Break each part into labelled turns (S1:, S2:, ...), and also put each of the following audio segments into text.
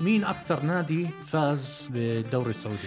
S1: مين أكثر نادي فاز بالدوري السعودي؟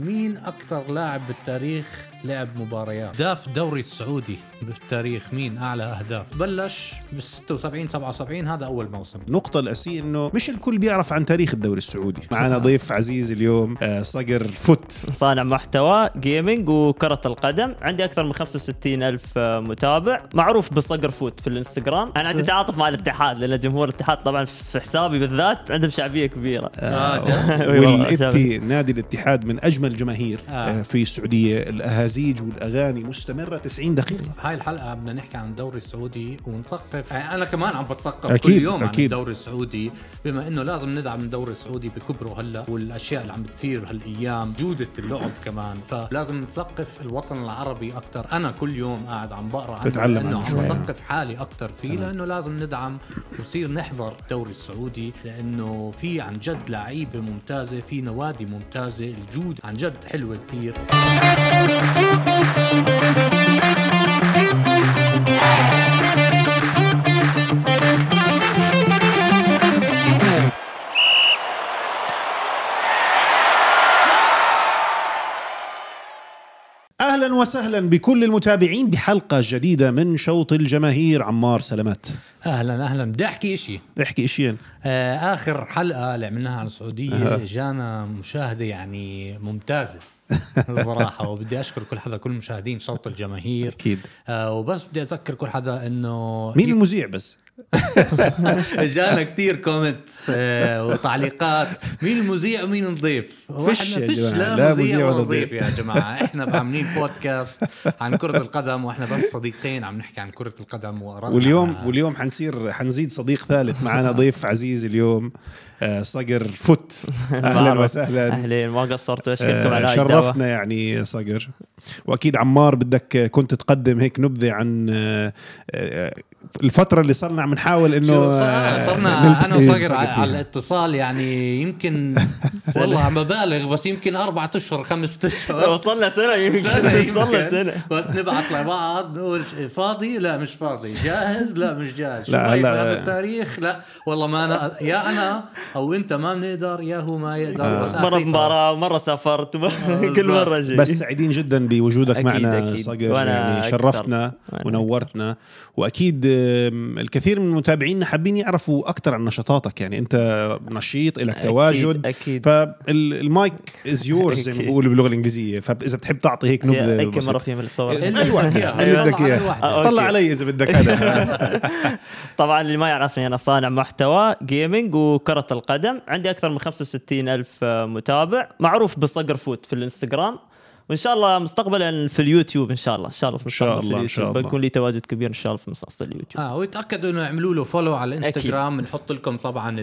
S1: مين أكثر لاعب بالتاريخ لعب مباريات؟ هداف الدوري السعودي بالتاريخ مين أعلى أهداف؟ بلش بال 76 77 هذا أول موسم
S2: النقطة الأساسية إنه مش الكل بيعرف عن تاريخ الدوري السعودي معنا ضيف عزيز اليوم آه، صقر فوت
S3: صانع محتوى جيمنج وكرة القدم عندي أكثر من 65 ألف آه، متابع معروف بصقر فوت في الانستغرام أنا عندي تعاطف مع الاتحاد لأن جمهور الاتحاد طبعا في حسابي بالذات عندهم شعبية كبيرة
S1: آه جد؟
S3: إي والله، شعبية.
S2: والاتي نادي الاتحاد من أجمل الجماهير
S1: آه.
S2: آه، في السعودية الأهازيج والأغاني مستمرة 90 دقيقة
S1: هاي الحلقة بدنا نحكي عن الدوري السعودي ونثقف يعني أنا كمان عم بتثقف
S2: أكيد،
S1: كل يوم عن
S2: أكيد.
S1: الدوري السعودي بما إنه لازم ندعم الدوري السعودي بكبره هلا والأشياء اللي عم بتصير هالأيام جودة اللعب كمان فلازم نثقف الوطن العربي أكثر أنا كل يوم قاعد عم بقرأ عنه
S2: تتعلم
S1: لأنه
S2: عنه
S1: عم
S2: شوي.
S1: مثقف حالي اكثر فيه
S2: تمام.
S1: لانه لازم ندعم وصير نحضر الدوري السعودي لانه في عن جد لعيبه ممتازه في نوادي ممتازه الجود عن جد حلوه كثير
S2: أهلا وسهلا بكل المتابعين بحلقة جديدة من شوط الجماهير عمار سلامات
S1: اهلا اهلا بدي احكي شيء
S2: احكي يعني؟ إشياء
S1: آه، اخر حلقه اللي عملناها عن السعوديه جانا مشاهده يعني ممتازه صراحه وبدي اشكر كل حدا كل مشاهدين صوت الجماهير
S2: أكيد
S1: آه وبس بدي اذكر كل حدا انه
S2: مين المذيع بس
S1: جانا كثير كومنتس آه، وتعليقات مين المذيع ومين نضيف
S2: فش يا
S1: فيش
S2: جماعة،
S1: لا,
S2: لا
S1: مذيع ولا
S2: ضيف.
S1: نضيف يا جماعه احنا عاملين بودكاست عن كره القدم واحنا بس صديقين عم نحكي عن كره القدم وارائنا
S2: واليوم واليوم حنصير حنزيد صديق ثالث معنا ضيف عزيز اليوم آه، صقر فوت اهلا
S3: معروف.
S2: وسهلا
S3: أهلين ما قصرتوا أشكركم على
S2: آه،
S3: هاي الدعوة
S2: شرفتنا يعني صقر واكيد عمار بدك آه، كنت تقدم هيك نبذه عم آه، آه، الفتره اللي صرنا عم نحاول انه
S1: شو
S2: آه،
S1: صار- صرنا انا
S2: نلتقي
S1: وصقر
S2: فيها.
S1: على على الاتصال يعني يمكن والله عم ببالغ بس يمكن أربعة اشهر خمسة اشهر
S3: وصلنا سنة يمكن
S1: سنة
S3: وصلنا
S1: يمكن.
S3: سنة
S1: بس نبعث لبعض نقول ش- فاضي لا مش فاضي جاهز لا مش جاهز شو
S2: لا،
S1: رايك
S2: لا.
S1: بهذا التاريخ لا والله ما انا يا انا او انت ما بنقدر يا هو ما
S2: آه.
S1: يقدر بس
S3: مرة
S1: آخرتها.
S3: مباراة ومرة سافرت ومرة- كل مرة شيء
S2: بس سعيدين جدا بوجودك
S3: أكيد-
S2: معنا
S3: أكيد.
S2: صقر
S3: وأنا
S2: يعني
S3: أكثر.
S2: شرفتنا
S3: وأنا
S2: ونورتنا واكيد آم، الكثير من متابعينا حابين يعرفوا اكثر عن نشاطاتك يعني انت نشيط لك تواجد
S3: أكيد
S2: فالمايك از يورز زي ما
S3: أكيد.
S2: بيقولوا باللغه الانجليزيه فاذا بتحب تعطي هيك نبذه
S3: اي كاميرا
S2: بسيطة.
S3: فيها من الصور
S1: إيه،
S2: اي واحدة
S1: أيوة.
S2: اللي بدك
S1: طلع أي
S2: اياها
S1: واحدة.
S2: طلع
S3: آه، أوكي.
S2: علي اذا بدك هذا
S3: طبعا اللي ما يعرفني انا صانع محتوى جيمنج وكره القدم عندي اكثر من 65 الف آه، متابع معروف بصقر فوت في الانستغرام وان شاء الله مستقبلا في اليوتيوب ان شاء الله ان شاء الله في
S2: إن شاء
S3: المستقبل في
S2: الله، إن شاء
S3: اليوتيوب
S2: الله.
S3: بيكون لي تواجد كبير ان شاء الله في منصه اليوتيوب
S1: اه ويتاكدوا انه يعملوا له فولو على الانستغرام بنحط لكم طبعا ال-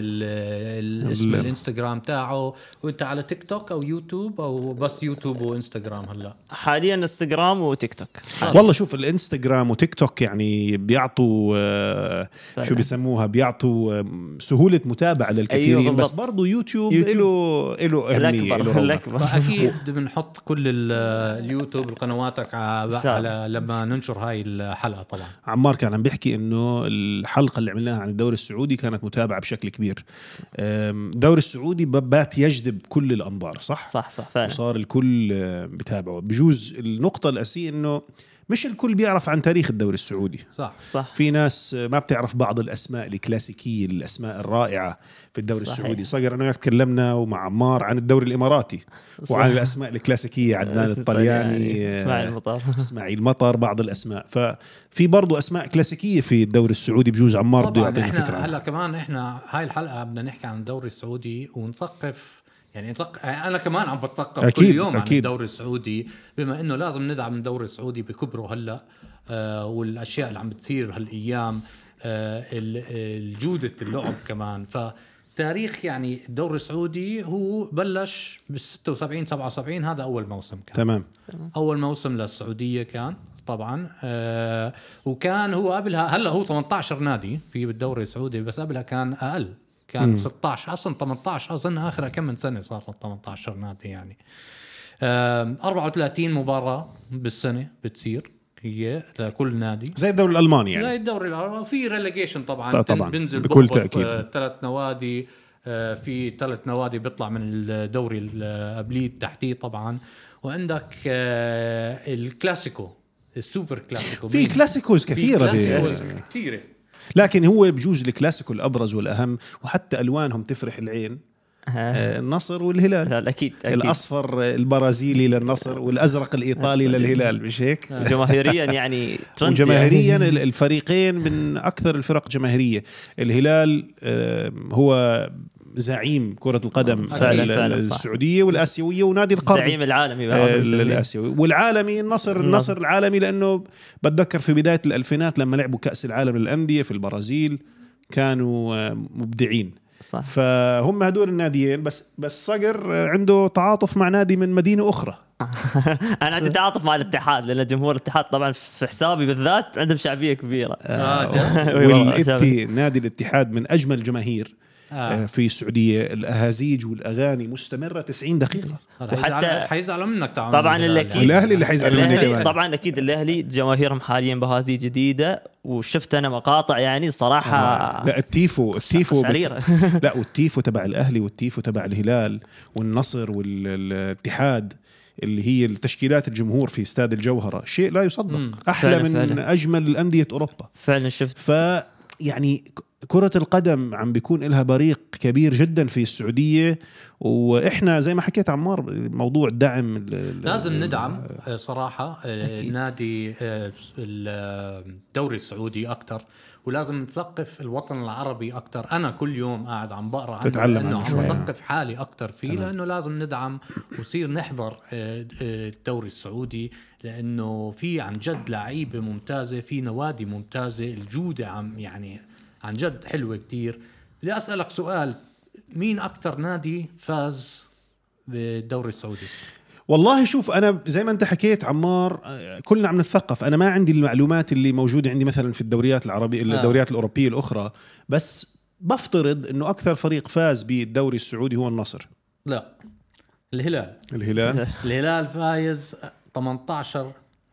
S1: ال- اسم
S2: ال-
S1: الانستغرام تاعه وانت على تيك توك او يوتيوب او بس يوتيوب وانستغرام هلا
S3: حاليا انستغرام وتيك توك
S2: والله شوف الانستغرام وتيك توك يعني بيعطوا آه،
S3: سبحان
S2: شو بيسموها بيعطوا آم، سهوله متابعه للكثيرين
S3: أيوة
S2: بس
S3: بالضبط.
S2: برضه يوتيوب
S3: يوتيوب.
S2: له له اهميه
S3: الاكبر
S2: له
S3: الاكبر
S1: اكيد بنحط كل ال- اليوتيوب قنواتك على
S3: سهل.
S1: على- لما ننشر هاي الحلقه طبعا
S2: عمار كان عم بيحكي انه الحلقه اللي عملناها عن الدوري السعودي كانت متابعه بشكل كبير آم، الدوري السعودي ب- بات يجذب كل الانظار صح
S3: صح صح فعلا
S2: وصار الكل آه، بتابعه بجوز النقطه الاساسيه انه مش الكل بيعرف عن تاريخ الدوري السعودي
S1: صح
S3: صح
S2: في ناس ما بتعرف بعض الاسماء الكلاسيكيه الاسماء الرائعه في الدوري
S3: صحيح.
S2: صحيح. السعودي صقر انا وياك تكلمنا ومع عمار عن الدوري الاماراتي
S3: صح. يعني
S2: وعن الاسماء الكلاسيكيه عدنان الطلياني
S3: اسماعيل
S2: آه،
S3: المطر
S2: اسماعيل مطر بعض الاسماء ففي برضو اسماء كلاسيكيه في الدوري السعودي بجوز عمار بده
S1: طبعا
S2: يعطينا فكره
S1: احنا
S2: عنها.
S1: هلا كمان احنا هاي الحلقه بدنا نحكي عن الدوري السعودي ونثقف يعني نثق- انا كمان عم بتثقف كل
S2: أكيد،
S1: يوم عن
S2: أكيد.
S1: الدوري السعودي بما انه لازم ندعم الدوري السعودي بكبره هلا آه والاشياء اللي عم بتصير هالايام آه ال- الجوده اللعب كمان ف تاريخ يعني الدوري السعودي هو بلش بال 76 77 هذا اول موسم كان
S2: تمام
S1: اول موسم للسعوديه كان طبعا آه وكان هو قبلها هلا هو 18 نادي في بالدوري السعودي بس قبلها كان اقل كان
S2: مم.
S1: م. 16 اصلا 18 اظن اخر كم من سنه صار 18 نادي يعني آه 34 مباراه بالسنه بتصير هي لكل نادي
S2: زي الدوري الالماني
S1: يعني
S2: يعني
S1: الدوري العربي وفي ريليجيشن طبعا
S2: طبعاً،
S1: بنزل
S2: بكل
S1: بكل
S2: تأكيد.
S1: تاكيد ثلاث نوادي آه، في ثلاث نوادي بيطلع من الدوري ال- آه، قبليه تحتيه طبعا وعندك آه، الكلاسيكو السوبر كلاسيكو
S2: في
S1: مين؟
S2: كلاسيكوز كثيره
S1: في
S2: ب-
S1: كلاسيكوز كثيره
S2: لكن هو بجوز الكلاسيكو الابرز والاهم وحتى الوانهم تفرح العين
S3: ها.
S2: آه، النصر والهلال
S3: لا، اكيد اكيد
S2: الاصفر البرازيلي
S3: آه.
S2: للنصر والازرق الايطالي
S3: أكيد.
S2: للهلال مش هيك
S3: جماهيريا يعني آه. ترند
S2: وجماهيريا
S3: يعني.
S2: ال- الفريقين من اكثر الفرق جماهيريه الهلال آه، هو زعيم كره القدم
S1: فعلاً،
S2: ال-
S3: آه. فعلاً، صح.
S2: السعوديه والاسيويه ونادي القرن
S3: زعيم نعم. العالمي بعد
S2: آه،
S3: بالنسبة لي.
S2: الاسيوي والعالمي النصر النصر العالمي لانه بتذكر في بدايه الالفينات لما لعبوا كاس العالم للانديه في البرازيل كانوا آه، مبدعين
S3: صح
S2: فهم هدول الناديين بس بس صقر آه، عنده تعاطف مع نادي من مدينه اخرى
S3: انا عندي تعاطف مع الاتحاد لان جمهور الاتحاد طبعا في حسابي بالذات عندهم شعبيه كبيره
S1: آه،
S3: أيوة،
S2: والابتي نادي الاتحاد من اجمل جماهير آه،
S1: آه.
S2: في السعوديه الاهازيج والاغاني مستمره 90 دقيقه
S1: وحتى
S3: وحتى-
S1: حيزعلوا منك تعال
S3: طبعاً آه. اللي أكيد.
S2: الاهلي اللي حيزعلوا مني
S3: الاهلي
S2: كمان
S3: طبعا اكيد الاهلي جماهيرهم حاليا بهازي جديده وشفت انا مقاطع يعني صراحه
S2: آه. لا التيفو التيفو بت-
S3: شعريرة.
S2: لا والتيفو تبع الاهلي والتيفو تبع الهلال والنصر والاتحاد اللي هي التشكيلات الجمهور في استاد الجوهره شيء لا
S1: مم.
S2: يصدق احلى
S3: فعلاً-
S2: من
S3: فعلاً.
S2: اجمل انديه اوروبا
S3: فعلا شفت
S2: ف يعني ك- كرة القدم عم بيكون لها بريق كبير جدا في السعودية وإحنا زي ما حكيت عمار موضوع دعم ال- ال-
S1: لازم
S2: ال-
S1: ندعم آه، صراحه آه،
S3: أكيد.
S1: النادي آه، ال- آه، الدوري السعودي اكثر ولازم نثقف الوطن العربي اكثر انا كل يوم قاعد عم بقرا عنه
S2: تتعلم
S1: لانه
S2: عنه
S1: عم
S2: شوي.
S1: بثقف حالي اكثر فيه لانه لازم ندعم وصير نحضر آه، آه، الدوري السعودي لانه في عن جد لعيبه ممتازه في نوادي ممتازه الجوده عم يعني عن جد حلوه كثير بدي اسالك سؤال مين اكثر نادي فاز بالدوري السعودي؟
S2: والله شوف أنا زي ما أنت حكيت عمار آه، كلنا عم نتثقف أنا ما عندي المعلومات اللي موجودة عندي مثلا في الدوريات العربية
S1: آه.
S2: الدوريات الأوروبية الأخرى بس بفترض أنه أكثر فريق فاز بالدوري السعودي هو النصر
S1: لا الهلال
S2: الهلال
S1: الهلال فايز 18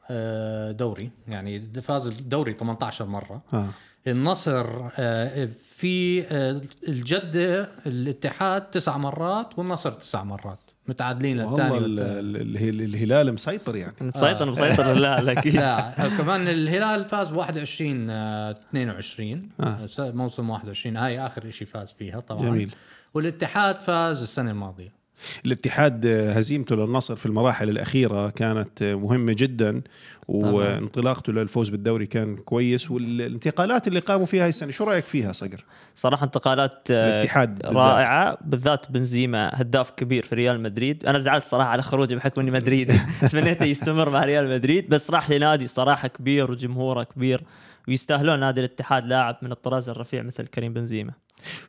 S1: آه، دوري يعني فاز الدوري 18 مره
S2: آه.
S1: النصر آه، في آه، الجده الاتحاد تسع مرات والنصر تسع مرات متعادلين
S2: والله
S1: للثاني
S2: ال-
S1: والثالث.
S2: ال- ال- الهلال مسيطر يعني
S3: مسيطر مسيطر لا لا اكيد
S1: لا كمان الهلال فاز 21 آه، 22
S2: آه.
S1: س- موسم 21 هاي اخر شيء فاز فيها طبعا
S2: جميل.
S1: والاتحاد فاز السنه الماضيه
S2: الاتحاد هزيمته للنصر في المراحل الأخيرة كانت مهمة جدا وانطلاقته للفوز بالدوري كان كويس والانتقالات اللي قاموا فيها هاي السنة شو رأيك فيها صقر؟
S3: صراحه انتقالات آه،
S2: الاتحاد بالذات.
S3: رائعه بالذات بنزيما هداف كبير في ريال مدريد انا زعلت صراحه على خروجه بحكم اني مدريدي تمنيته يستمر مع ريال مدريد بس راح لنادي صراحه كبير وجمهوره كبير ويستاهلون نادي الاتحاد لاعب من الطراز الرفيع مثل كريم بنزيما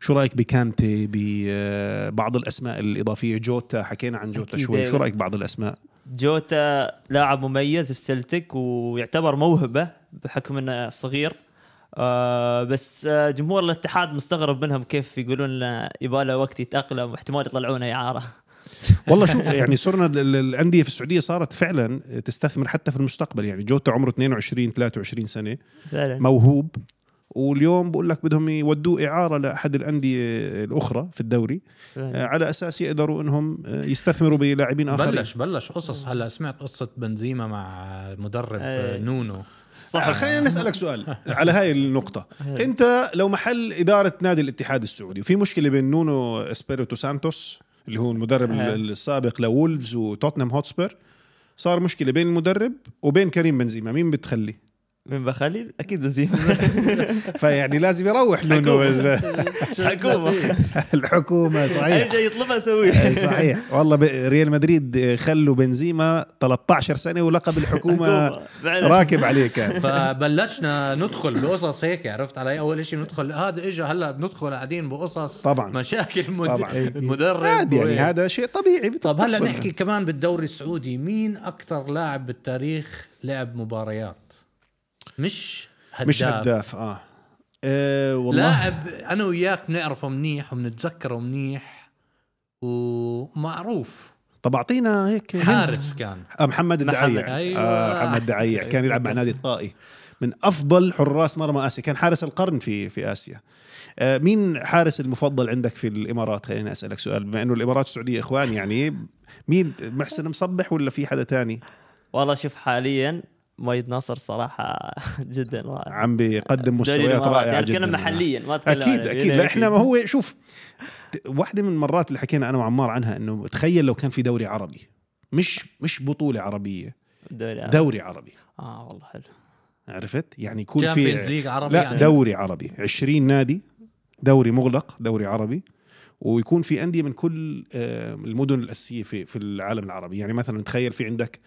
S2: شو رأيك بكانتي ببعض الأسماء الإضافية جوتا حكينا عن جوتا
S3: أكيد
S2: شوي شو
S3: بس-
S2: رأيك بعض الأسماء؟
S3: جوتا لاعب مميز في سلتك ويعتبر موهبه بحكم انه صغير آه بس آه جمهور الاتحاد مستغرب منهم كيف يقولون لنا يبغى له وقت يتاقلم واحتمال يطلعونه اعاره
S2: والله شوف يعني صرنا ال- ال- الأندية في السعودية صارت فعلا تستثمر حتى في المستقبل يعني جوتا عمره 22 23 سنة
S3: فعلا
S2: موهوب واليوم بقول لك بدهم يودوه اعاره لاحد الانديه الاخرى في الدوري آه، على اساس يقدروا انهم آه، يستثمروا بلاعبين اخرين
S1: بلش بلش قصص هلا سمعت قصه بنزيما مع مدرب
S3: إيه.
S1: آه، نونو
S2: صح خلينا نسالك سؤال على هاي النقطه انت لو محل اداره نادي الاتحاد السعودي وفي مشكله بين نونو اسبيريتو سانتوس اللي هو المدرب
S3: آه.
S2: ال- السابق لولفز وتوتنهام هوتسبير صار مشكله بين المدرب وبين كريم بنزيما مين بتخلي
S3: من بخليل اكيد بنزيما
S2: فيعني لازم يروح نونو
S3: الحكومه
S2: الحكومه صحيح
S3: اي شيء يطلبها اسويه
S2: أي صحيح والله ب- ريال مدريد خلوا بنزيما 13 سنه ولقب الحكومه
S3: فعلا.
S2: راكب عليه كان
S1: فبلشنا ندخل بقصص هيك عرفت علي اول شيء ندخل هذا اجى هلا بندخل قاعدين بقصص
S2: طبعاً.
S1: مشاكل مد...
S2: طبعاً. إيه.
S1: مدرب
S2: عادي يعني
S1: وإيه.
S2: هذا شيء طبيعي بت-
S1: طب هلا
S2: بتحصل.
S1: نحكي كمان بالدوري السعودي مين اكثر لاعب بالتاريخ لعب مباريات مش هداف
S2: مش هداف اه, آه والله
S1: لاعب انا وياك بنعرفه منيح وبنتذكره منيح ومعروف
S2: طب اعطينا هيك
S1: حارس كان
S2: آه محمد الدعيع
S1: محمد. أيوة.
S2: آه محمد الدعيع كان يلعب مع نادي الطائي من افضل حراس مرمى اسيا كان حارس القرن في في اسيا آه، مين حارس المفضل عندك في الامارات خليني اسالك سؤال بما انه الامارات السعوديه اخوان يعني مين محسن مصبح ولا في حدا تاني
S3: والله شوف حاليا مؤيد ناصر صراحه جدا رائع
S2: عم بيقدم مستويات رائعه
S1: يعني
S2: جدا
S3: اتكلم محليا ما اتكلم
S2: اكيد
S3: عن-
S2: اكيد لا احنا ما هو شوف ت- واحده من المرات اللي حكينا انا وعمار عنها انه تخيل لو كان في دوري عربي مش مش بطوله عربيه
S3: دوري عربي.
S2: دوري عربي
S3: اه والله حلو
S2: عرفت يعني يكون
S1: Champions
S2: في
S1: League عربي
S2: لا
S1: يعني.
S2: دوري عربي 20 نادي دوري مغلق دوري عربي ويكون في انديه من كل آه، المدن الاساسيه في في العالم العربي يعني مثلا تخيل في عندك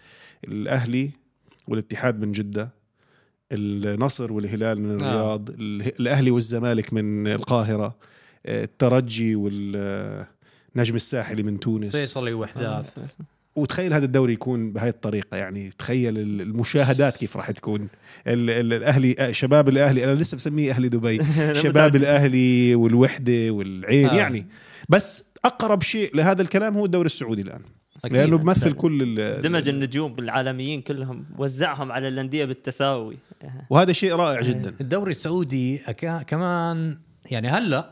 S2: الاهلي والاتحاد من جده النصر والهلال من
S1: آه.
S2: الرياض اله- الاهلي والزمالك من القاهره آه، الترجي والنجم الساحلي من تونس
S1: فيصلي
S2: آه.
S1: وحدات
S2: وتخيل هذا الدوري يكون بهاي الطريقه يعني تخيل ال- المشاهدات كيف راح تكون ال ال الاهلي شباب الاهلي انا لسه بسميه اهلي دبي شباب الاهلي والوحده والعين
S1: آه.
S2: يعني بس اقرب شيء لهذا الكلام هو الدوري السعودي الان
S3: أكيد.
S2: لانه بمثل كل ال-
S3: دمج النجوم العالميين كلهم وزعهم على الانديه بالتساوي
S2: وهذا شيء رائع
S3: إيه.
S2: جدا
S1: الدوري السعودي أكا- كمان يعني هلا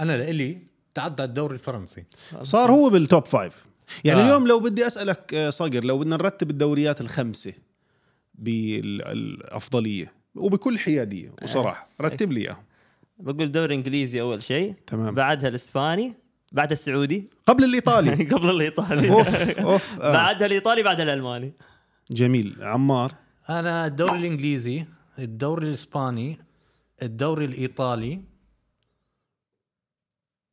S1: انا لإلي تعدى الدوري الفرنسي
S2: صار هو بالتوب فايف يعني
S1: آه.
S2: آه. اليوم لو بدي اسالك آه، صقر لو بدنا نرتب الدوريات الخمسه بالافضليه وبكل حياديه وصراحه
S3: إيه.
S2: رتب لي اياهم
S3: بقول دوري انجليزي اول شيء
S2: تمام.
S3: بعدها الاسباني بعدها السعودي
S2: قبل الايطالي
S3: قبل الايطالي
S2: اوف اوف آه.
S3: بعدها الايطالي بعدها الالماني
S2: جميل عمار
S1: انا الدوري الانجليزي الدوري الاسباني الدوري الايطالي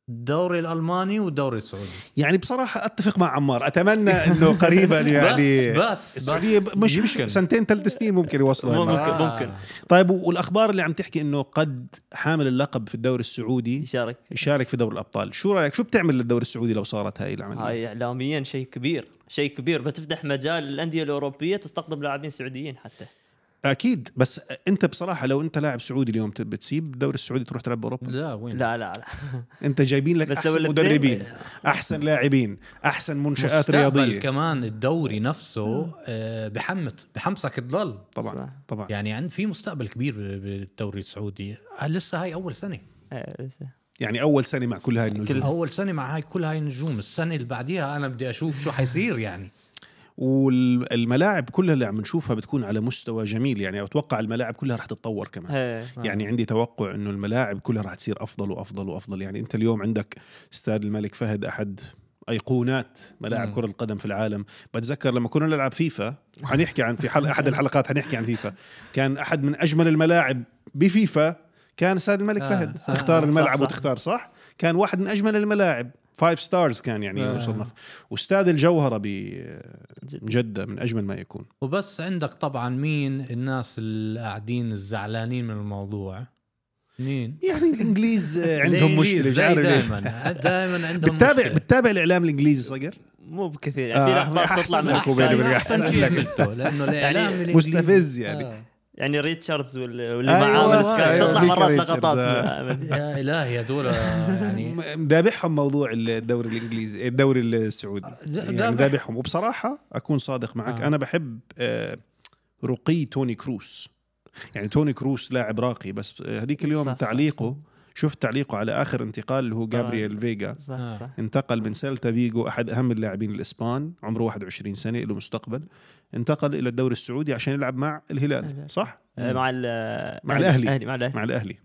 S1: الدوري الالماني والدوري السعودي
S2: يعني بصراحة أتفق مع عمار أتمنى أنه قريبا يعني
S1: بس- بس-
S2: السعودية
S1: بس
S2: مش مش
S1: يمكن.
S2: سنتين ثلاث سنين ممكن يوصلوا
S3: ممكن
S2: هناك.
S1: آه.
S3: ممكن
S2: طيب والأخبار اللي عم تحكي أنه قد حامل اللقب في الدوري السعودي
S3: يشارك
S2: يشارك في دوري الأبطال شو رأيك شو بتعمل للدوري السعودي لو صارت هاي العملية
S3: هاي اعلاميا شيء كبير شيء كبير بتفتح مجال الانديه الاوروبيه تستقطب لاعبين سعوديين حتى
S2: أكيد بس أنت بصراحة لو أنت لاعب سعودي اليوم ت- بتسيب الدوري السعودي تروح تلعب بأوروبا
S1: لا وين
S3: لا لا لا
S2: أنت جايبين لك
S3: بس لو
S2: أحسن
S3: الاثنين-
S2: مدربين أحسن لاعبين أحسن منشآت
S1: مستقبل
S2: رياضية
S1: كمان الدوري نفسه آه، بحمس بحمسك تضل
S2: طبعا
S3: صح.
S2: طبعا
S1: يعني عند في مستقبل كبير بال- بالدوري السعودي آه، لسه هاي اول سنه
S3: إيه، بس-
S2: يعني أول سنة مع كل هاي النجوم
S1: اول سنه مع هاي كل هاي النجوم السنه اللي بعديها انا بدي اشوف شو حيصير يعني
S2: والملاعب كلها اللي عم نشوفها بتكون على مستوى جميل يعني اتوقع الملاعب كلها رح تتطور كمان
S3: إيه.
S1: نعم.
S2: يعني عندي توقع انه الملاعب كلها رح تصير افضل وافضل وافضل يعني انت اليوم عندك استاد الملك فهد احد ايقونات ملاعب
S1: مم.
S2: كره القدم في العالم بتذكر لما كنا نلعب فيفا حنحكي عن في حل... احد الحلقات حنحكي عن فيفا كان احد من اجمل الملاعب بفيفا كان استاد الملك
S1: آه،
S2: فهد
S1: صح.
S2: تختار
S3: صح،
S2: الملعب
S3: صح.
S2: وتختار صح كان واحد من اجمل الملاعب فايف ستارز كان يعني
S1: آه.
S2: يصنف واستاد الجوهره ب
S3: جد.
S2: جدة من أجمل ما يكون
S1: وبس عندك طبعا مين الناس اللي قاعدين الزعلانين من الموضوع مين
S2: يعني الإنجليز آه، عندهم مشكلة مش عارف ليش
S1: دائما دائما عندهم
S2: بتتابع
S1: مشكلة.
S2: بتتابع الإعلام الإنجليزي صغير
S3: مو بكثير
S2: آه،
S3: يعني في لقطات
S2: أحسن
S3: تطلع من
S2: لك
S1: أحسن-
S2: وبيني وبينك
S3: الأحسن.
S1: احسن شيء عملته لانه الاعلام الإنجليزي-
S2: يعني مستفز يعني.
S1: آه.
S3: يعني ريتشاردز وال- واللي
S2: أيوة،
S3: معاه والسكاي
S1: أيوة،
S3: تطلع
S1: نيكا
S3: مرات
S2: ريتشاردز،
S3: لقطات
S2: آه.
S3: من-
S1: يا الهي هذول يعني
S2: م- مدابحهم موضوع الدوري الإنجليزي الدوري السعودي
S1: دا-
S2: يعني
S1: دابح.
S2: مدابحهم وبصراحة أكون صادق معك
S1: آه.
S2: أنا بحب آه، رقي توني كروس يعني توني كروس لاعب راقي بس آه، هذيك اليوم
S3: صح، صح،
S2: تعليقه شفت تعليقه على آخر انتقال اللي هو
S3: طبعاً.
S2: جابرييل فيجا
S1: آه.
S3: صح صح
S2: انتقل من سيلتا فيجو احد اهم اللاعبين الاسبان عمره 21 سنه له مستقبل انتقل الى الدوري السعودي عشان يلعب مع الهلال
S3: الهلال.
S2: صح
S3: آه، مع ال- إيه،
S2: مع الأهلي.
S3: مع الاهلي
S2: مع الاهلي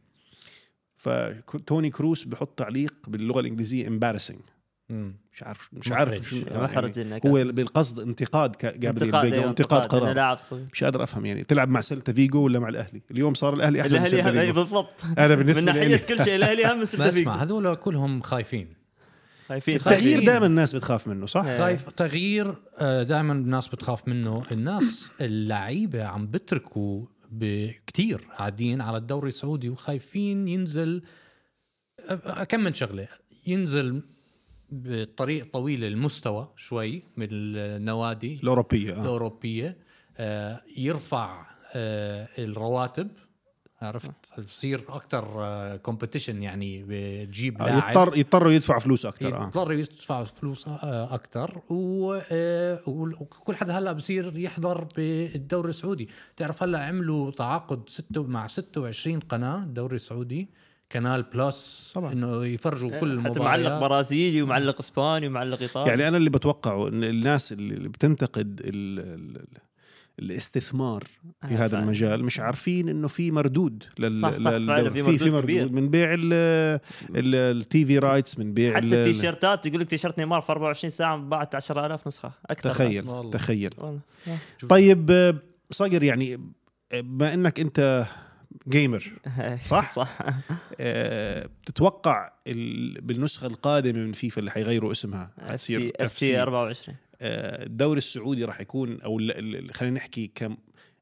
S2: فتوني كروس بحط تعليق باللغه الانجليزيه امبارسنج
S1: مم.
S2: مش عارف مش عارف شو-
S1: محرج.
S2: يعني
S3: محرج إنك-
S2: هو بالقصد انتقاد كا- جابرييل
S3: انتقاد
S2: فيجا
S3: أيوة،
S2: وانتقاد
S3: إنه
S2: قرار
S3: لاعب صغير
S2: مش قادر افهم يعني تلعب مع سيلتا فيجو ولا مع الاهلي اليوم صار الاهلي احسن من
S3: الاهلي هم-
S2: سيلتا فيجو
S3: أي إيه، بالضبط
S2: انا
S3: من
S2: بالنسبه
S3: ناحيه
S2: لي
S3: كل شيء الاهلي هم
S1: ما
S3: سلتا
S1: اسمع
S3: فيجو
S1: هذول كلهم خايفين
S3: خايفين
S1: خايفين.
S2: التغيير دائما الناس بتخاف منه صح
S3: إيه.
S1: خايف تغيير دائما الناس بتخاف منه الناس اللعيبه عم بتركوا كثير قاعدين على الدوري السعودي وخايفين ينزل أ- كم من شغله ينزل بطريق طويل المستوى شوي من النوادي
S2: الاوروبيه آه.
S1: الاوروبيه آه، يرفع آه، الرواتب عرفت بصير اكثر كومبetition يعني بتجيب
S2: آه،
S1: لاعب
S2: يضطر يضطروا يدفعوا فلوس اكثر
S3: إيه.
S2: اه
S1: يضطروا يدفعوا فلوس اكثر و... آه، وكل حدا هلا بصير يحضر بالدوري السعودي بتعرف هلا عملوا تعاقد ستة مع 26 قناه الدوري السعودي كانال بلس
S2: طبعاً.
S1: انه يفرجوا كل
S3: حتى معلق
S1: المباريات
S3: برازيلي ومعلق اسباني ومعلق ايطالي
S2: يعني انا اللي بتوقعه ان الناس اللي بتنتقد ال... ال... ال- الاستثمار
S3: آه،
S2: في هذا
S3: فعلاً. آه.
S2: المجال مش عارفين انه في مردود لل...
S3: صح، صح، فعلاً،
S2: للدوري.
S3: في مردود كبير.
S2: من بيع التي في رايتس من بيع ال-
S3: حتى التيشيرتات يقول لك تيشيرت نيمار في 24 ساعه باعت 10000 نسخه اكثر
S2: تخيل
S1: والله.
S2: تخيل
S3: والله.
S2: طيب آه، صقر يعني آه، بما انك انت جيمر صح؟
S3: صح
S2: آه، بتتوقع ال- بالنسخه القادمه من فيفا اللي حيغيروا اسمها
S3: اف
S2: حتصير
S3: سي اف سي 24
S2: آه، الدوري السعودي راح يكون او ال- ال- خلينا نحكي كم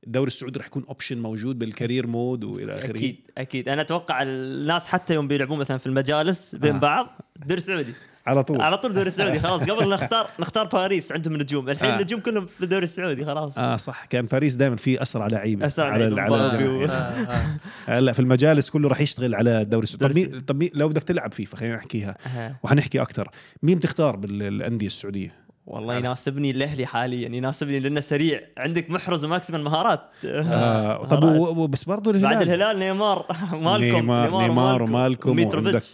S2: الدوري السعودي راح يكون اوبشن موجود بالكارير مود والى اخره
S3: اكيد اكيد انا اتوقع الناس حتى يوم بيلعبون مثلا في المجالس بين
S2: آه.
S3: بعض دوري سعودي
S2: على طول
S3: على طول دوري سعودي خلاص قبل نختار نختار باريس عندهم نجوم الحين
S2: آه.
S3: النجوم كلهم في الدوري السعودي خلاص
S2: اه صح كان باريس دائما في اسرع لعيبه
S3: أسرع
S2: على
S3: لعيبة،
S2: على
S3: مبابي
S2: الجماهير.
S3: و-
S1: آه، آه.
S2: هلا في المجالس كله راح يشتغل على الدوري السعودي طب
S3: درس-
S2: مين- طب مين- لو بدك تلعب فيفا خلينا نحكيها
S3: آه.
S2: وحنحكي اكثر مين بتختار بالانديه السعوديه
S3: والله
S2: آه.
S3: يناسبني الاهلي حاليا يناسبني لانه سريع عندك محرز وماكسيم المهارات
S2: آه طب
S3: مهارات.
S2: و- و- بس برضه الهلال
S3: بعد الهلال نيمار مالكم
S2: نيمار نيمار ومالكوم وعندك
S3: وميتروفيتش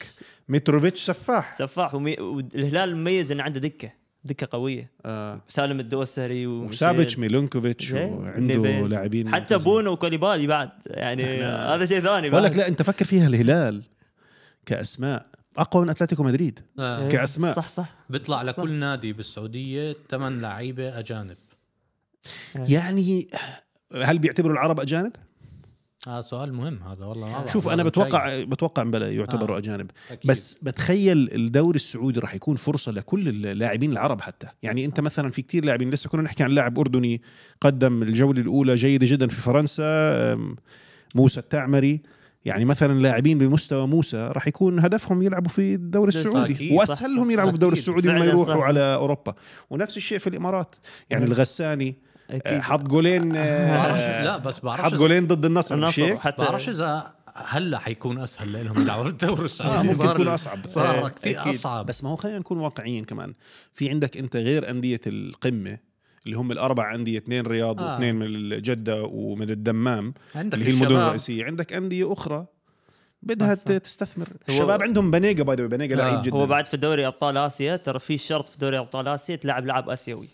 S2: متروفيتش سفاح
S3: سفاح ومي... والهلال مميز انه عنده دكه دكه قويه
S2: آه
S3: سالم الدوسري
S2: وسافيتش ميلونكوفيتش
S3: زين.
S2: وعنده
S3: إيه، نيفيز.
S2: لاعبين
S3: حتى
S2: ممتازين.
S3: بونو وكوليبالي بعد يعني
S2: إحنا-
S3: هذا شيء ثاني
S2: بقول
S3: بعد.
S2: لك لا انت فكر فيها الهلال كاسماء اقوى من اتلتيكو مدريد
S1: آه.
S2: كاسماء
S3: صح صح
S1: بيطلع
S3: صح.
S1: لكل نادي بالسعوديه ثمان لعيبه اجانب طيب.
S2: يعني هل بيعتبروا العرب اجانب؟
S1: هذا آه، سؤال مهم هذا والله ما بعرف.
S2: شوف انا بتوقع بتوقع بلا يعتبروا
S1: آه.
S2: اجانب
S1: أكيد.
S2: بس بتخيل الدوري السعودي راح يكون فرصه لكل اللاعبين العرب حتى يعني انت مثلا في كتير لاعبين لسه كنا نحكي عن لاعب اردني قدم الجوله الاولى جيده جدا في فرنسا أم، موسى التعمري يعني مثلا لاعبين بمستوى موسى راح يكون هدفهم يلعبوا في الدوري
S3: صح،
S2: السعودي
S1: أكيد،
S3: صح،
S2: واسهلهم
S3: صح،
S2: يلعبوا
S1: صح،
S2: بالدوري
S1: أكيد،
S2: السعودي لما
S3: فعلاً،
S2: يروحوا
S3: صح.
S2: على اوروبا ونفس الشيء في الامارات يعني الغساني آه،
S3: اكيد
S2: حط جولين آه،
S1: بعرفش لا بس بعرفش
S2: حط جولين ضد النصر مش
S3: النصر
S2: هيك؟
S3: حتى
S1: بعرفش اذا هلا حيكون اسهل لهم يلعبوا بالدوري
S2: آه،
S1: السعودي
S2: ممكن
S1: صار-
S2: يكون اصعب
S1: صار
S3: إيه،
S1: كثير
S3: أكيد.
S1: اصعب
S2: بس ما هو خلينا نكون واقعيين كمان في عندك انت غير انديه القمه اللي هم الاربع انديه اثنين رياض
S1: آه.
S2: واثنين من جده ومن الدمام
S1: عندك
S2: اللي هي المدن
S1: الشباب.
S2: الرئيسيه عندك انديه اخرى بدها
S3: صح، صح.
S2: تستثمر الشباب عندهم بنيقه باي ذا واي، بنيقه
S1: آه.
S2: لعيب جدا
S3: هو بعد في دوري ابطال اسيا ترى في شرط في دوري ابطال اسيا تلعب لاعب اسيوي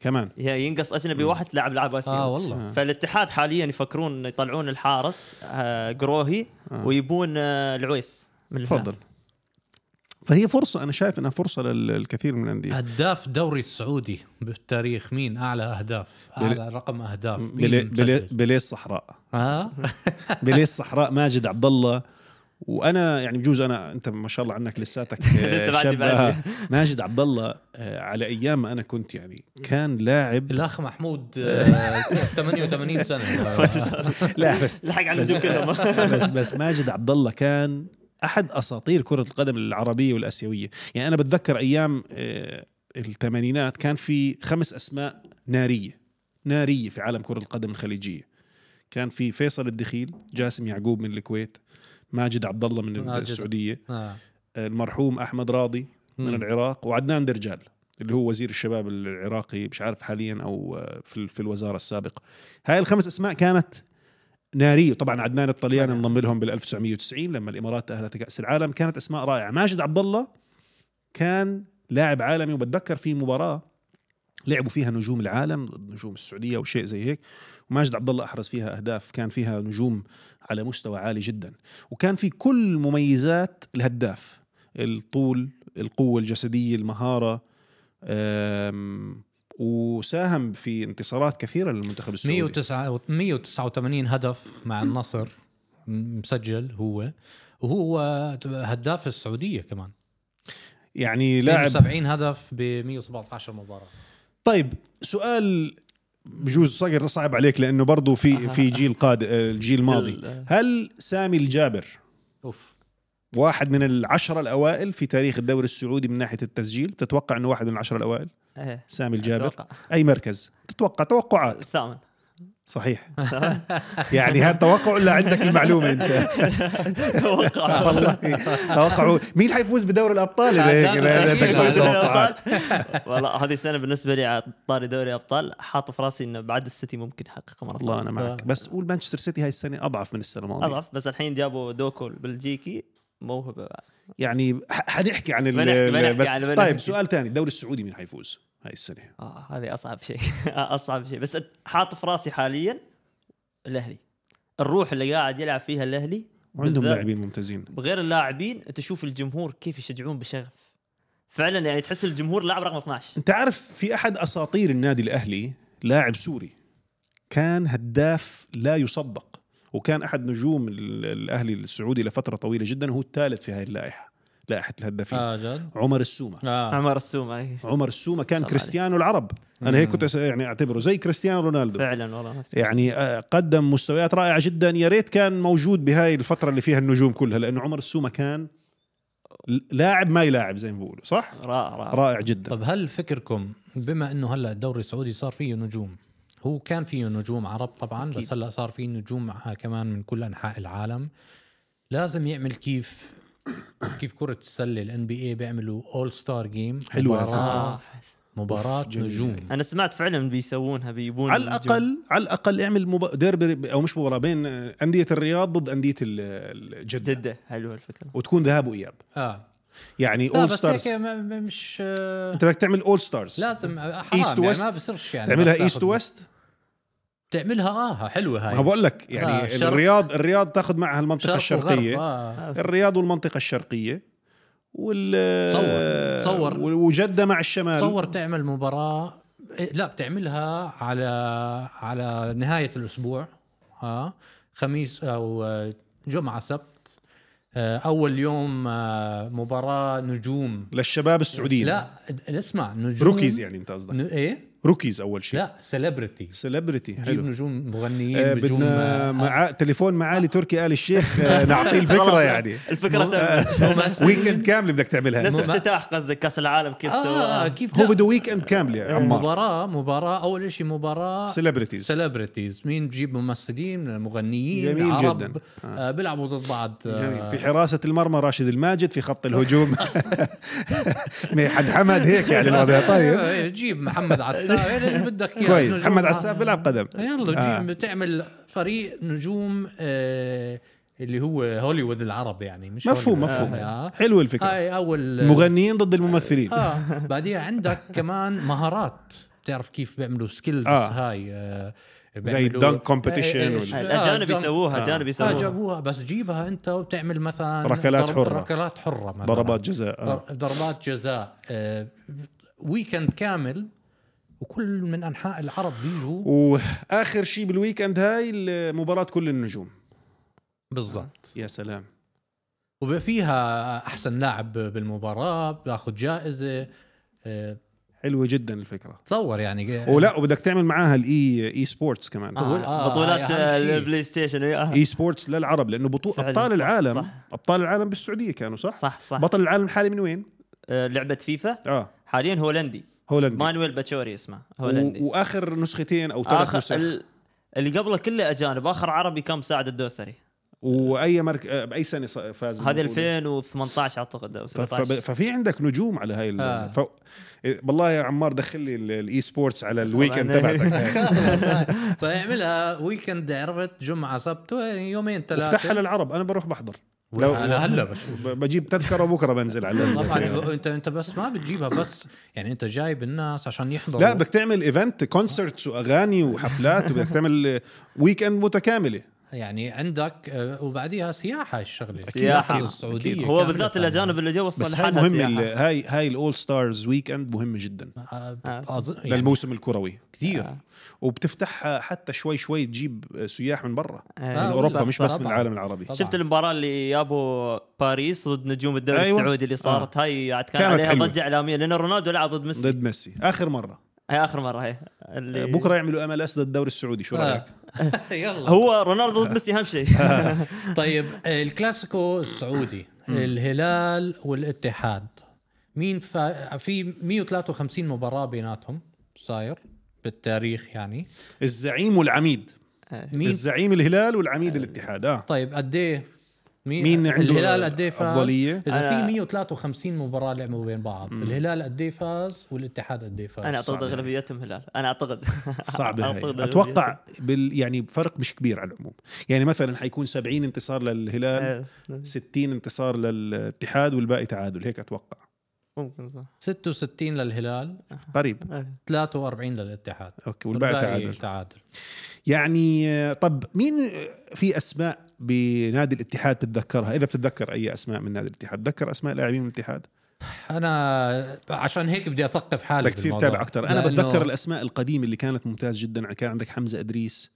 S2: كمان
S1: نعم.
S3: يعني ينقص اجنبي واحد تلعب لاعب اسيوي
S1: اه والله
S2: آه.
S3: فالاتحاد حاليا يفكرون إنه يطلعون الحارس آه، قروهي
S2: آه.
S3: ويبون آه، العويس من الهلال.
S2: تفضل فهي فرصه انا شايف انها فرصه للكثير من الانديه
S1: هداف دوري السعودي بالتاريخ مين اعلى اهداف
S2: بل-
S1: اعلى رقم اهداف مين
S2: بلي بلي
S1: مسجل؟
S2: بلي الصحراء
S1: ها
S2: بلي الصحراء ماجد عبد الله وانا يعني بجوز انا انت ما شاء الله عنك لساتك آه،
S3: لسه بعدي-
S2: شاب.
S3: بعدي.
S2: ماجد عبد الله آه، على ايام ما انا كنت يعني كان لاعب
S1: الاخ محمود آه، 88 سنه
S2: لا بس
S3: لحق على النجوم كلهم
S2: بس بس ماجد عبد الله كان احد اساطير كره القدم العربيه والاسيويه يعني انا بتذكر ايام آه، الثمانينات كان في خمس اسماء ناريه ناريه في عالم كره القدم الخليجيه كان في فيصل الدخيل جاسم يعقوب من الكويت ماجد عبد الله من
S1: ماجد.
S2: السعوديه
S1: آه.
S2: المرحوم احمد راضي من
S1: مم.
S2: العراق وعدنان درجال اللي هو وزير الشباب العراقي مش عارف حاليا او آه، في في الوزاره السابقه هاي الخمس اسماء كانت ناريه طبعا عدنان الطلياني انضم لهم بال 1990 لما الامارات تاهلت لكاس العالم كانت اسماء رائعه ماجد عبد الله كان لاعب عالمي وبتذكر في مباراه لعبوا فيها نجوم العالم ضد نجوم السعوديه او شيء زي هيك وماجد عبد الله احرز فيها اهداف كان فيها نجوم على مستوى عالي جدا وكان في كل مميزات الهداف الطول القوه الجسديه المهاره أم، وساهم في انتصارات كثيره للمنتخب السعودي
S1: 109 189 هدف مع النصر مسجل هو وهو هداف السعوديه كمان
S2: يعني لاعب
S1: 72 هدف ب 117 مباراه
S2: طيب سؤال بجوز صقر صعب عليك لانه برضو في في جيل قاد الجيل الماضي هل سامي الجابر
S1: اوف
S2: واحد من العشرة الأوائل في تاريخ الدوري السعودي من ناحية التسجيل تتوقع أنه واحد من العشرة الأوائل
S3: إيه.
S2: سامي الجابر
S3: أتوقع.
S2: أي مركز تتوقع توقعات
S3: الثامن
S2: صحيح يعني هذا توقع ولا عندك المعلومه انت
S3: توقع
S2: والله توقعوا مين حيفوز بدوري الابطال اذا هيك إذا عندك
S1: أكيد.
S2: توقعات
S3: والله هذه السنه بالنسبه لي على طاري دوري ابطال حاط في راسي انه بعد السيتي ممكن يحقق مره
S2: والله انا معك
S1: آه.
S2: بس قول مانشستر سيتي هاي السنه اضعف من السنه الماضيه
S3: اضعف بس الحين جابوا دوكو البلجيكي موهبه بعد
S2: يعني ح- حنحكي عن ال-
S3: بنحكي- بنحكي
S2: ال- بس
S3: عن- بنحكي.
S2: طيب سؤال ثاني الدوري السعودي مين حيفوز هاي السنه
S3: آه هذه اصعب شيء اصعب شيء بس أت- حاط في راسي حاليا الاهلي الروح اللي قاعد يلعب فيها الاهلي
S2: وعندهم
S3: بالذات.
S2: لاعبين ممتازين
S3: بغير اللاعبين تشوف الجمهور كيف يشجعون بشغف فعلا يعني تحس الجمهور لاعب رقم 12
S2: انت عارف في احد اساطير النادي الاهلي لاعب سوري كان هداف لا يصدق وكان احد نجوم ال- الاهلي السعودي لفتره طويله جدا وهو الثالث في هاي اللائحه لائحه الهدافين آه.
S1: اه جد
S2: عمر السومه
S1: اه
S3: عمر السومه
S2: عمر السومه كان
S3: الله
S2: كريستيانو العرب انا هيك كنت أس- يعني اعتبره زي كريستيانو رونالدو
S3: فعلا والله نفس
S2: يعني آه، قدم مستويات رائعه جدا يا ريت كان موجود بهاي الفتره اللي فيها النجوم كلها لانه عمر السومه كان ل- لاعب ما يلاعب زي ما بيقولوا صح
S3: رائع رائع
S2: رائع جدا
S1: طب هل فكركم بما انه هلا الدوري السعودي صار فيه نجوم هو كان فيه نجوم عرب طبعا
S3: أكيد.
S1: بس هلا صار فيه نجوم ع- كمان من كل انحاء العالم لازم يعمل كيف كيف كرة السلة الان بي اي بيعملوا اول ستار جيم
S2: حلوة
S1: مباراة, مباراة
S2: أوف، جميل.
S1: نجوم
S3: انا سمعت فعلا بيسوونها بيبون
S2: على
S3: النجوم.
S2: الاقل على الاقل اعمل مب... ديربي او مش مباراه بين آه، انديه الرياض ضد انديه ال- ال- جده
S3: جده حلوه الفكره
S2: وتكون ذهاب واياب
S1: اه
S2: يعني
S1: لا
S2: اول
S1: بس
S2: ستارز
S1: هيك ما- ما- مش آه،
S2: انت بدك تعمل اول ستارز
S1: لازم آه، حرام
S2: East
S1: يعني
S2: West؟
S1: ما بصيرش يعني
S2: تعملها
S1: بس
S2: ايست
S1: تاخد-
S2: ويست
S1: تعملها اه حلوة
S2: ما
S1: هاي
S2: بقول لك يعني
S1: آه، شرق.
S2: الرياض الرياض تاخذ معها المنطقه
S1: شرق
S2: الشرقيه
S1: وغرب آه.
S2: الرياض والمنطقة الشرقية وال
S1: تصور- تصور.
S2: وال- وجدة مع الشمال
S1: تصور تعمل مباراة إيه، لا بتعملها على على نهاية الأسبوع ها خميس أو آه، جمعة سبت آه، أول يوم آه، مباراة نجوم
S2: للشباب السعوديين
S1: لا د- اسمع نجوم
S2: روكيز يعني انت قصدك
S1: ن... إيه
S2: روكيز أول شيء
S1: لا سيلبرتي
S2: سيلبرتي
S1: جيب
S2: حلو
S1: نجوم مغنيين
S2: آه،
S1: نجوم
S2: بدنا
S1: آه،
S2: مع... تليفون معالي تركي آل الشيخ آه، نعطيه الفكرة
S3: خلاص،
S2: يعني
S3: الفكره تمت.
S2: ويكند كامل بدك
S3: نفس
S2: تعملها
S1: ما-
S3: افتتاح قصدك كاس العالم كيف
S1: آه
S3: سواها
S1: كيف
S2: هو
S1: لا
S2: بده ويكند كامل
S1: إيه،
S2: يا عمار
S1: مباراة مباراة أول شيء مباراة
S2: سيلبرتيز
S1: سيلبرتيز مين بجيب ممثلين مغنيين
S2: جميل
S1: عرب
S2: جداً. آه.
S1: آه. بيلعبوا ضد بعض آه،
S2: جميل. في حراسة المرمى راشد الماجد في خط الهجوم حد حمد هيك يعني الوضع طيب
S1: آه، جيب محمد عساب اللي بدك اياه
S2: كويس
S1: نجوم. آه.
S2: محمد عساب بيلعب قدم آه.
S1: يلا جيب بتعمل فريق نجوم آه، اللي هو هوليوود العرب يعني مش
S2: مفهوم
S1: هوليوود.
S2: مفهوم
S1: آه.
S2: حلو الفكرة
S1: هاي آه. اول
S2: مغنيين ضد الممثلين
S1: اه بعدين عندك كمان مهارات بتعرف كيف بيعملوا سكيلز
S2: آه.
S1: هاي آه،
S2: زي
S1: بيعملوا-
S2: الدنك competition
S1: آه، آه،
S2: وال-
S1: آه،
S3: الاجانب
S1: dunk.
S3: يسووها
S2: آه.
S3: الاجانب
S1: اه
S3: يسووها
S1: جابوها بس جيبها انت وبتعمل مثلا
S2: ركلات
S1: ضرب-
S2: حرة.
S1: ركلات حره مثلا
S2: ضربات جزاء آه.
S1: ضر- ضربات جزاء آه، ويكند كامل وكل من انحاء العرب بيجوا
S2: واخر شيء بالويكند هاي ال- مباراه كل النجوم
S1: بالضبط
S2: يا سلام
S1: وفيها احسن لاعب بالمباراه باخذ جائزه آه،
S2: حلوه جدا الفكره
S1: تصور يعني
S2: ولا وبدك تعمل معاها الاي اي سبورتس كمان
S1: آه.
S3: آه، بطولات
S1: هاي أهم شيء.
S3: البلاي ستيشن إيه.
S2: اي سبورتس للعرب لانه بطوله
S3: فعلاً،
S2: ابطال
S3: صح،
S2: العالم
S3: صح.
S2: ابطال العالم بالسعوديه كانوا صح؟,
S3: صح صح
S2: بطل العالم الحالي من وين؟
S3: آه، لعبه فيفا
S2: اه
S3: حاليا هولندي
S2: هولندي
S3: مانويل باتشوري اسمه
S2: و...
S3: هولندي
S2: واخر نسختين او ثلاث
S3: آخر
S2: نسخ
S3: ال- اللي قبله كله اجانب اخر عربي كان مساعد الدوسري
S2: واي مرك... آه، باي سنه ص- فاز
S3: هذا
S2: بالبطولة؟
S3: 2018 اعتقد او
S2: ف- طيب، فب-
S3: 17
S2: ففي عندك نجوم على هاي ال...
S1: آه.
S2: ف... والله يا عمار دخل لي ال- الاي سبورتس على الويكند
S3: طبعاً.
S2: تبعتك
S1: فيعملها ويكند عرفت جمعه سبت يومين ثلاثه
S2: افتحها للعرب انا بروح بحضر لو
S1: انا هلا بشوف
S2: ب- بجيب تذكره بكره بنزل على ال-
S1: طبعا انت انت بس ما بتجيبها بس يعني انت جايب الناس عشان يحضروا
S2: لا بدك تعمل ايفنت كونسرتس واغاني وحفلات وبدك تعمل ويكند متكامله
S1: يعني عندك آه، وبعديها سياحه الشغله
S3: سياحة.
S1: السعوديه
S3: هو
S1: كاملة.
S3: بالذات الاجانب اللي جو وصل
S2: بس هاي
S3: لحالها
S2: مهم
S3: سياحة.
S2: ال- هاي هاي الاول ستارز ويكند مهمه جدا
S1: آه،
S3: آه.
S1: أظن- يعني
S2: للموسم الكروي
S1: كثير
S3: آه.
S2: وبتفتحها حتى شوي شوي تجيب سياح من برا
S3: آه،
S2: من
S1: آه،
S2: اوروبا
S1: صح،
S2: مش
S1: صح،
S2: بس من
S1: طبعاً.
S2: العالم العربي
S1: طبعاً.
S3: شفت المباراه اللي جابوا باريس ضد نجوم الدوري
S2: أيوة.
S3: أيوة. السعودي اللي صارت هاي عاد كان
S2: كانت
S3: عليها
S2: حلوة.
S3: ضجه اعلاميه لان رونالدو لعب ضد ميسي
S2: ضد آه، ميسي اخر مره
S3: هاي اخر مره هي اللي
S2: بكره يعملوا ام ال اس ضد الدوري السعودي شو رايك
S1: إيه. آه. يلا
S3: هو رونالدو ضد ميسي اهم شيء
S1: طيب آه، الكلاسيكو السعودي الهلال والاتحاد مين فا... في 153 مباراه بيناتهم صاير بالتاريخ يعني
S2: الزعيم والعميد
S1: مين آه.
S2: الزعيم الهلال والعميد الاتحاد اه
S1: طيب قد ايه مين,
S2: مين عنده
S1: الهلال قد ايه فاز؟
S2: أفضلية؟
S1: اذا
S3: أنا-
S1: في 153 مباراه لعبوا بين بعض، الهلال قد ايه فاز والاتحاد قد ايه فاز؟
S3: انا اعتقد
S2: صعبة هاي.
S3: اغلبيتهم هلال انا اعتقد
S1: آه،
S2: صعبة
S3: أعتقد
S2: هاي.
S3: أغلبيتهم.
S2: اتوقع بال يعني بفرق مش كبير على العموم يعني مثلا حيكون 70 انتصار للهلال
S3: إيه،
S2: 60 انتصار للاتحاد والباقي تعادل هيك اتوقع
S3: ممكن صح
S1: 66 للهلال،
S2: قريب
S3: إيه.
S1: 43 للاتحاد
S2: اوكي والباقي تعادل
S1: تعادل
S2: يعني آه، طب مين آه، في اسماء بنادي الاتحاد تتذكرها اذا بتتذكر اي اسماء من نادي الاتحاد تذكر اسماء لاعبين من الاتحاد
S1: انا عشان هيك بدي اثقف حالي
S2: بدك تصير
S1: بالموضوع.
S2: تتابع اكثر انا
S1: لأنه-
S2: بتذكر الاسماء القديمه اللي كانت ممتاز جدا كان عندك حمزه ادريس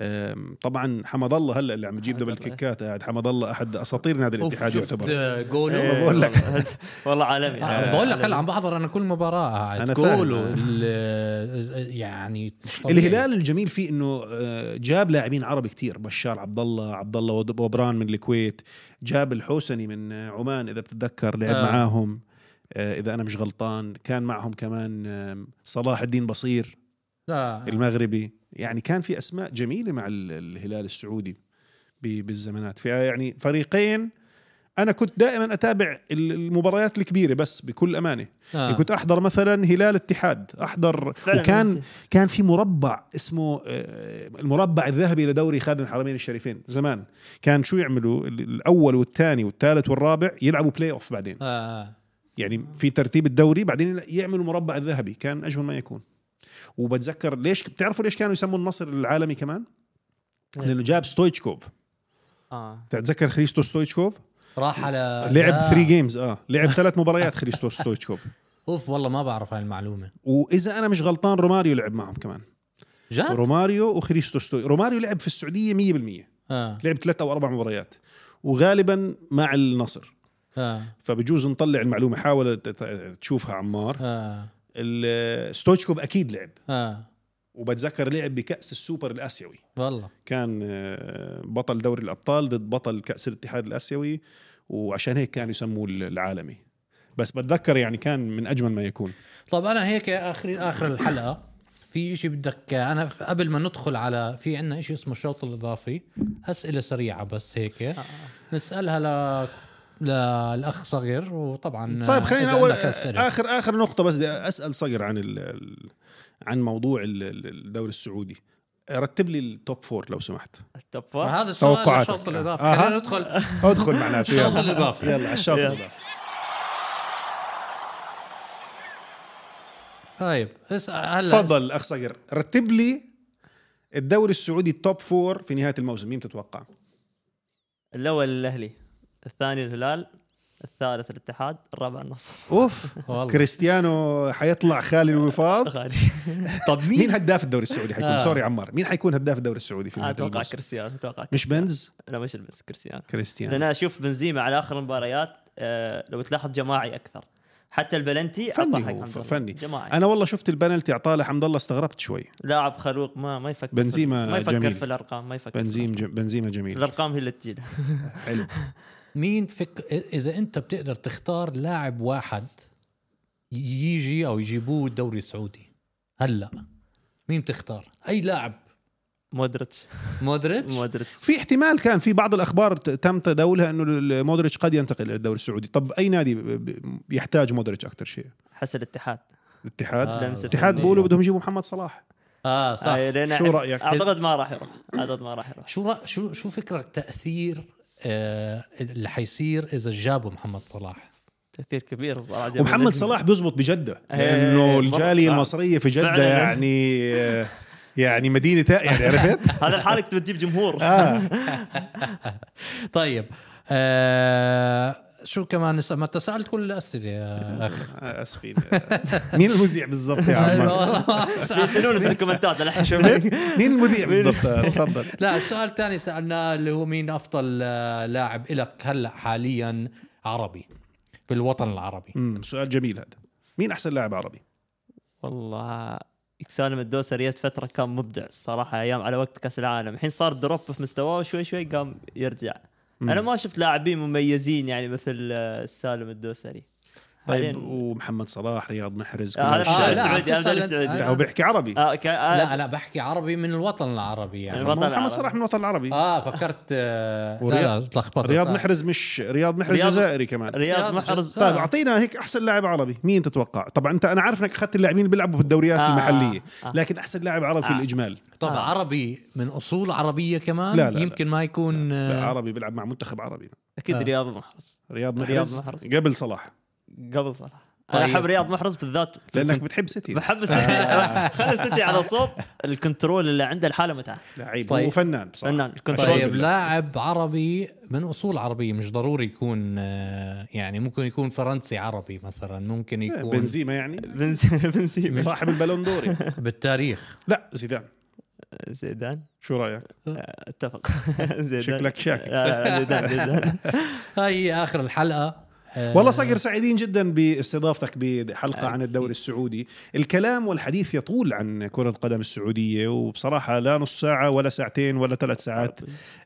S2: آم، طبعا حمد الله هلا اللي عم يجيب
S3: حمد
S2: دبل
S3: الله.
S2: كيكات قاعد يعني حمد الله احد اساطير نادي
S1: أوف،
S2: الاتحاد
S1: شفت
S2: يعتبر
S1: جوله
S3: إيه،
S2: بقول لك.
S3: والله- والله عالمي
S1: آه، بقول لك هلا عم بحضر انا كل مباراه قاعد.
S2: أنا فاهم.
S1: جوله ال- يعني مش طبيعي.
S2: الهلال الجميل فيه انه آه، جاب لاعبين عرب كتير بشار عبد الله عبد الله ود- وبران من الكويت جاب الحوسني من آه، عمان اذا بتتذكر لعب
S1: آه.
S2: آه. معاهم آه، اذا انا مش غلطان كان معهم كمان آم، صلاح الدين بصير
S1: لا،
S2: المغربي يعني كان في اسماء جميله مع ال- الهلال السعودي ب- بالزمانات في يعني فريقين انا كنت دائما اتابع ال- المباريات الكبيره بس بكل امانه
S1: آه.
S2: يعني كنت احضر مثلا هلال اتحاد احضر
S3: فعلاً
S2: وكان
S3: نسي.
S2: كان في مربع اسمه آه، المربع الذهبي لدوري خادم الحرمين الشريفين زمان كان شو يعملوا ال- الاول والثاني والثالث والرابع يلعبوا بلاي اوف بعدين
S1: آه، آه.
S2: يعني في ترتيب الدوري بعدين يعملوا مربع الذهبي كان اجمل ما يكون وبتذكر ليش بتعرفوا ليش كانوا يسموا النصر العالمي كمان
S3: إيه.
S2: لانه جاب ستويتشكوف
S3: آه.
S2: بتتذكر خريستو ستويتشكوف
S1: راح على آه،
S2: لعب
S1: لا.
S2: 3 جيمز اه لعب ثلاث مباريات خريستو ستويتشكوف
S1: اوف والله ما بعرف هاي المعلومه
S2: واذا انا مش غلطان روماريو لعب معهم كمان
S1: جد؟
S2: روماريو وخريستو ستوي روماريو لعب في السعوديه 100%
S1: اه
S2: لعب ثلاث او اربع مباريات وغالبا مع النصر
S1: اه
S2: فبجوز نطلع المعلومه حاول ت- ت- تشوفها عمار
S1: اه
S2: ال- ستويتشكوف اكيد لعب
S1: اه
S2: وبتذكر لعب بكاس السوبر الاسيوي
S1: والله
S2: كان آه، بطل دوري الابطال ضد بطل كاس الاتحاد الاسيوي وعشان هيك كانوا يسموه ال- العالمي بس بتذكر يعني كان من اجمل ما يكون
S1: طب انا هيك اخر اخر الحلقه في إشي بدك انا قبل ما ندخل على في عندنا إشي اسمه الشوط الاضافي اسئله سريعه بس هيك نسالها ل للاخ صغير وطبعا
S2: طيب خلينا اول
S1: آخر...
S2: اخر اخر نقطه بس بدي اسال صقر عن ال- ال- عن موضوع ال- ال- الدوري السعودي رتب لي التوب فور لو سمحت
S3: التوب فور
S1: هذا السؤال
S2: توقعاتك.
S1: الشوط الاضافي
S2: أها.
S1: خلينا ندخل
S2: ادخل معناته
S1: الشوط
S2: آه. يلا
S1: الاضافي
S2: يلا على الشوط
S3: يلا.
S2: الاضافي
S1: طيب اسال هلا
S2: تفضل اخ صقر رتب لي الدوري السعودي التوب فور في نهايه الموسم مين تتوقع؟
S3: الاول الاهلي الثاني الهلال الثالث الاتحاد الرابع النصر
S2: اوف
S1: والله.
S2: كريستيانو حيطلع خالي الوفاض
S3: غالي
S2: طب مين مين هداف الدوري السعودي حيكون
S1: آه.
S2: سوري عمار مين حيكون هداف الدوري السعودي في نهايه
S3: اتوقع
S2: الموسم
S3: كريستيانو اتوقع
S2: مش يعني.
S3: كريستيانو.
S2: بنز
S3: لا مش البنز كريستيانو لان
S2: كريستيانو
S3: انا اشوف بنزيما على اخر المباريات آه، لو تلاحظ جماعي اكثر حتى البلنتي أعطاه
S2: فني
S3: حق
S2: هو
S3: حمد الله.
S2: فني
S3: جماعي
S2: انا والله شفت البنالتي اعطاه لحمد الله استغربت شوي
S3: لاعب خلوق ما ما يفكر
S2: بنزيما
S3: في- ما يفكر
S2: جميل.
S3: في الارقام ما يفكر في
S2: بنزيم
S3: الأرقام.
S2: ج... بنزيما جميل
S3: الارقام هي اللي تجينا
S2: حلو
S1: مين فك اذا انت بتقدر تختار لاعب واحد ي- يجي او يجيبوه الدوري السعودي هلا مين بتختار اي لاعب
S3: مودريتش
S1: مودريتش
S3: مودريتش
S2: في احتمال كان في بعض الاخبار ت- تم تداولها انه ال- مودريتش قد ينتقل الى الدوري السعودي طب اي نادي ب- ب- يحتاج مودريتش اكثر شيء
S3: حس الاتحاد
S2: الاتحاد
S1: آه.
S3: لمسة
S2: الاتحاد
S3: فنية.
S2: بيقولوا بدهم يجيبوا محمد صلاح
S1: اه صح
S3: آه، لأن
S2: شو
S3: أحب-
S2: رأيك؟
S3: اعتقد ما راح يروح اعتقد ما راح يروح
S1: شو رأ... شو شو فكرك تاثير آه اللي حيصير اذا جابوا محمد صلاح
S3: تاثير كبير صراحه
S2: ومحمد
S3: بنزيما.
S2: صلاح بيزبط بجده
S3: إيه،
S2: لانه
S3: مرة.
S2: الجاليه
S3: آه.
S2: المصريه في جده
S3: فعلاً.
S2: يعني يعني مدينه يعني عرفت؟
S3: هذا لحالك تبي تجيب جمهور
S2: آه.
S1: طيب آه شو كمان نسأل ما تسالت كل الاسئله يا اخ
S2: اسفين آه، مين المذيع بالضبط يا عمار؟
S1: والله ما سألت.
S3: يسالون في الكومنتات الحين
S2: شفت؟ مين المذيع بالضبط؟ آه، تفضل
S1: لا السؤال الثاني سالناه اللي هو مين افضل آه، لاعب لك هلا حاليا عربي في الوطن العربي
S2: أمم، سؤال جميل هذا مين احسن لاعب عربي؟
S3: والله سالم الدوسري جت فتره كان مبدع الصراحه ايام على وقت كاس العالم الحين صار دروب في مستواه وشوي شوي قام يرجع
S2: مم.
S3: انا ما شفت لاعبين مميزين يعني مثل آه، سالم الدوسري
S2: طيب
S3: حالياً-
S2: ومحمد صلاح رياض محرز كل
S3: آه، هذا
S1: آه،
S3: الدوري
S1: لا،
S2: هالشباب.
S3: السعودي هذا الدوري
S1: أتصل-
S3: السعودي
S1: آه،
S2: هو بيحكي عربي
S3: آه، ك- آه،
S1: لا لا بحكي عربي من الوطن العربي يعني
S3: الوطن
S2: محمد
S3: العربي. آه،
S2: صلاح من الوطن العربي
S1: اه فكرت آه
S2: ورياض-
S1: لا لا تلخبطت
S2: رياض
S1: آه.
S2: محرز مش رياض محرز
S3: رياض-
S2: جزائري كمان
S3: رياض
S1: رياض
S3: محرز
S1: جزار.
S2: طيب اعطينا هيك احسن لاعب عربي مين تتوقع طبعا انت انا عارف انك اخذت اللاعبين اللي بيلعبوا في الدوريات
S3: آه،
S2: المحليه
S3: آه، آه.
S2: لكن احسن لاعب عربي في
S3: آه.
S2: الاجمال
S1: طب
S3: آه.
S1: عربي من اصول عربيه كمان
S2: لا، لا، لا.
S1: يمكن ما يكون آه،
S2: لا، عربي بيلعب مع منتخب عربي
S3: اكيد
S1: آه.
S3: رياض محرز
S2: رياض
S3: رياض
S2: محرز,
S3: محرز.
S2: قبل صلاح
S3: قبل صراحه انا
S1: طيب.
S3: احب رياض محرز بالذات
S2: لانك بتحب سيتي
S3: بحب السيتي خلي السيتي على صوب الكنترول اللي عنده الحاله متعه
S2: لعيب
S1: طيب.
S2: هو فنان بصراحه
S3: فنان الكنترول
S2: عشان
S1: طيب
S2: بالله.
S1: لاعب عربي من اصول عربيه مش ضروري يكون آه، يعني ممكن يكون فرنسي عربي مثلا ممكن يكون
S2: إيه، بنزيما يعني
S3: بنزي- بنزيما
S2: صاحب البالون دوري
S1: بالتاريخ
S2: لا زيدان
S3: زيدان
S2: شو رايك
S3: اتفق زيدان
S2: شكلك شاكك
S3: لا، لا، زيدان زيدان
S1: هاي هي اخر الحلقه آه،
S2: والله صقر سعيدين جدا باستضافتك بحلقه عن الدوري السعودي الكلام والحديث يطول عن كره القدم السعوديه وبصراحه لا نص ساعه ولا ساعتين ولا ثلاث ساعات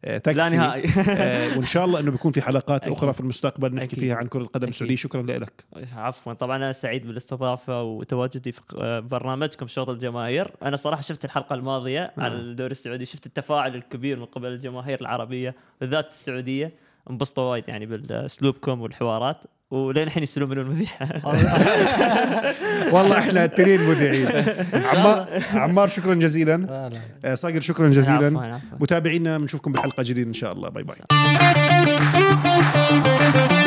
S2: آه، تكفي
S3: لا نهائي
S2: آه، وان شاء الله انه بيكون في حلقات
S3: أكيد.
S2: اخرى في المستقبل نحكي
S3: أكيد.
S2: فيها عن كره القدم
S3: أكيد.
S2: السعوديه شكرا لك
S3: عفوا طبعا انا سعيد بالاستضافه وتواجدي في ق- برنامجكم شوط الجماهير انا صراحه شفت الحلقه الماضيه عن الدوري السعودي شفت التفاعل الكبير من قبل الجماهير العربيه بالذات السعوديه انبسطوا وايد يعني باسلوبكم والحوارات ولين الحين يسلمون من المذيع
S1: آه،
S2: والله احنا تنين مذيعين عمار
S1: الله.
S2: عمار شكرا جزيلا
S1: لا، لا.
S2: آه، صقر شكرا جزيلا
S3: عفواً، عفواً.
S2: متابعينا بنشوفكم بحلقه جديده ان شاء الله باي باي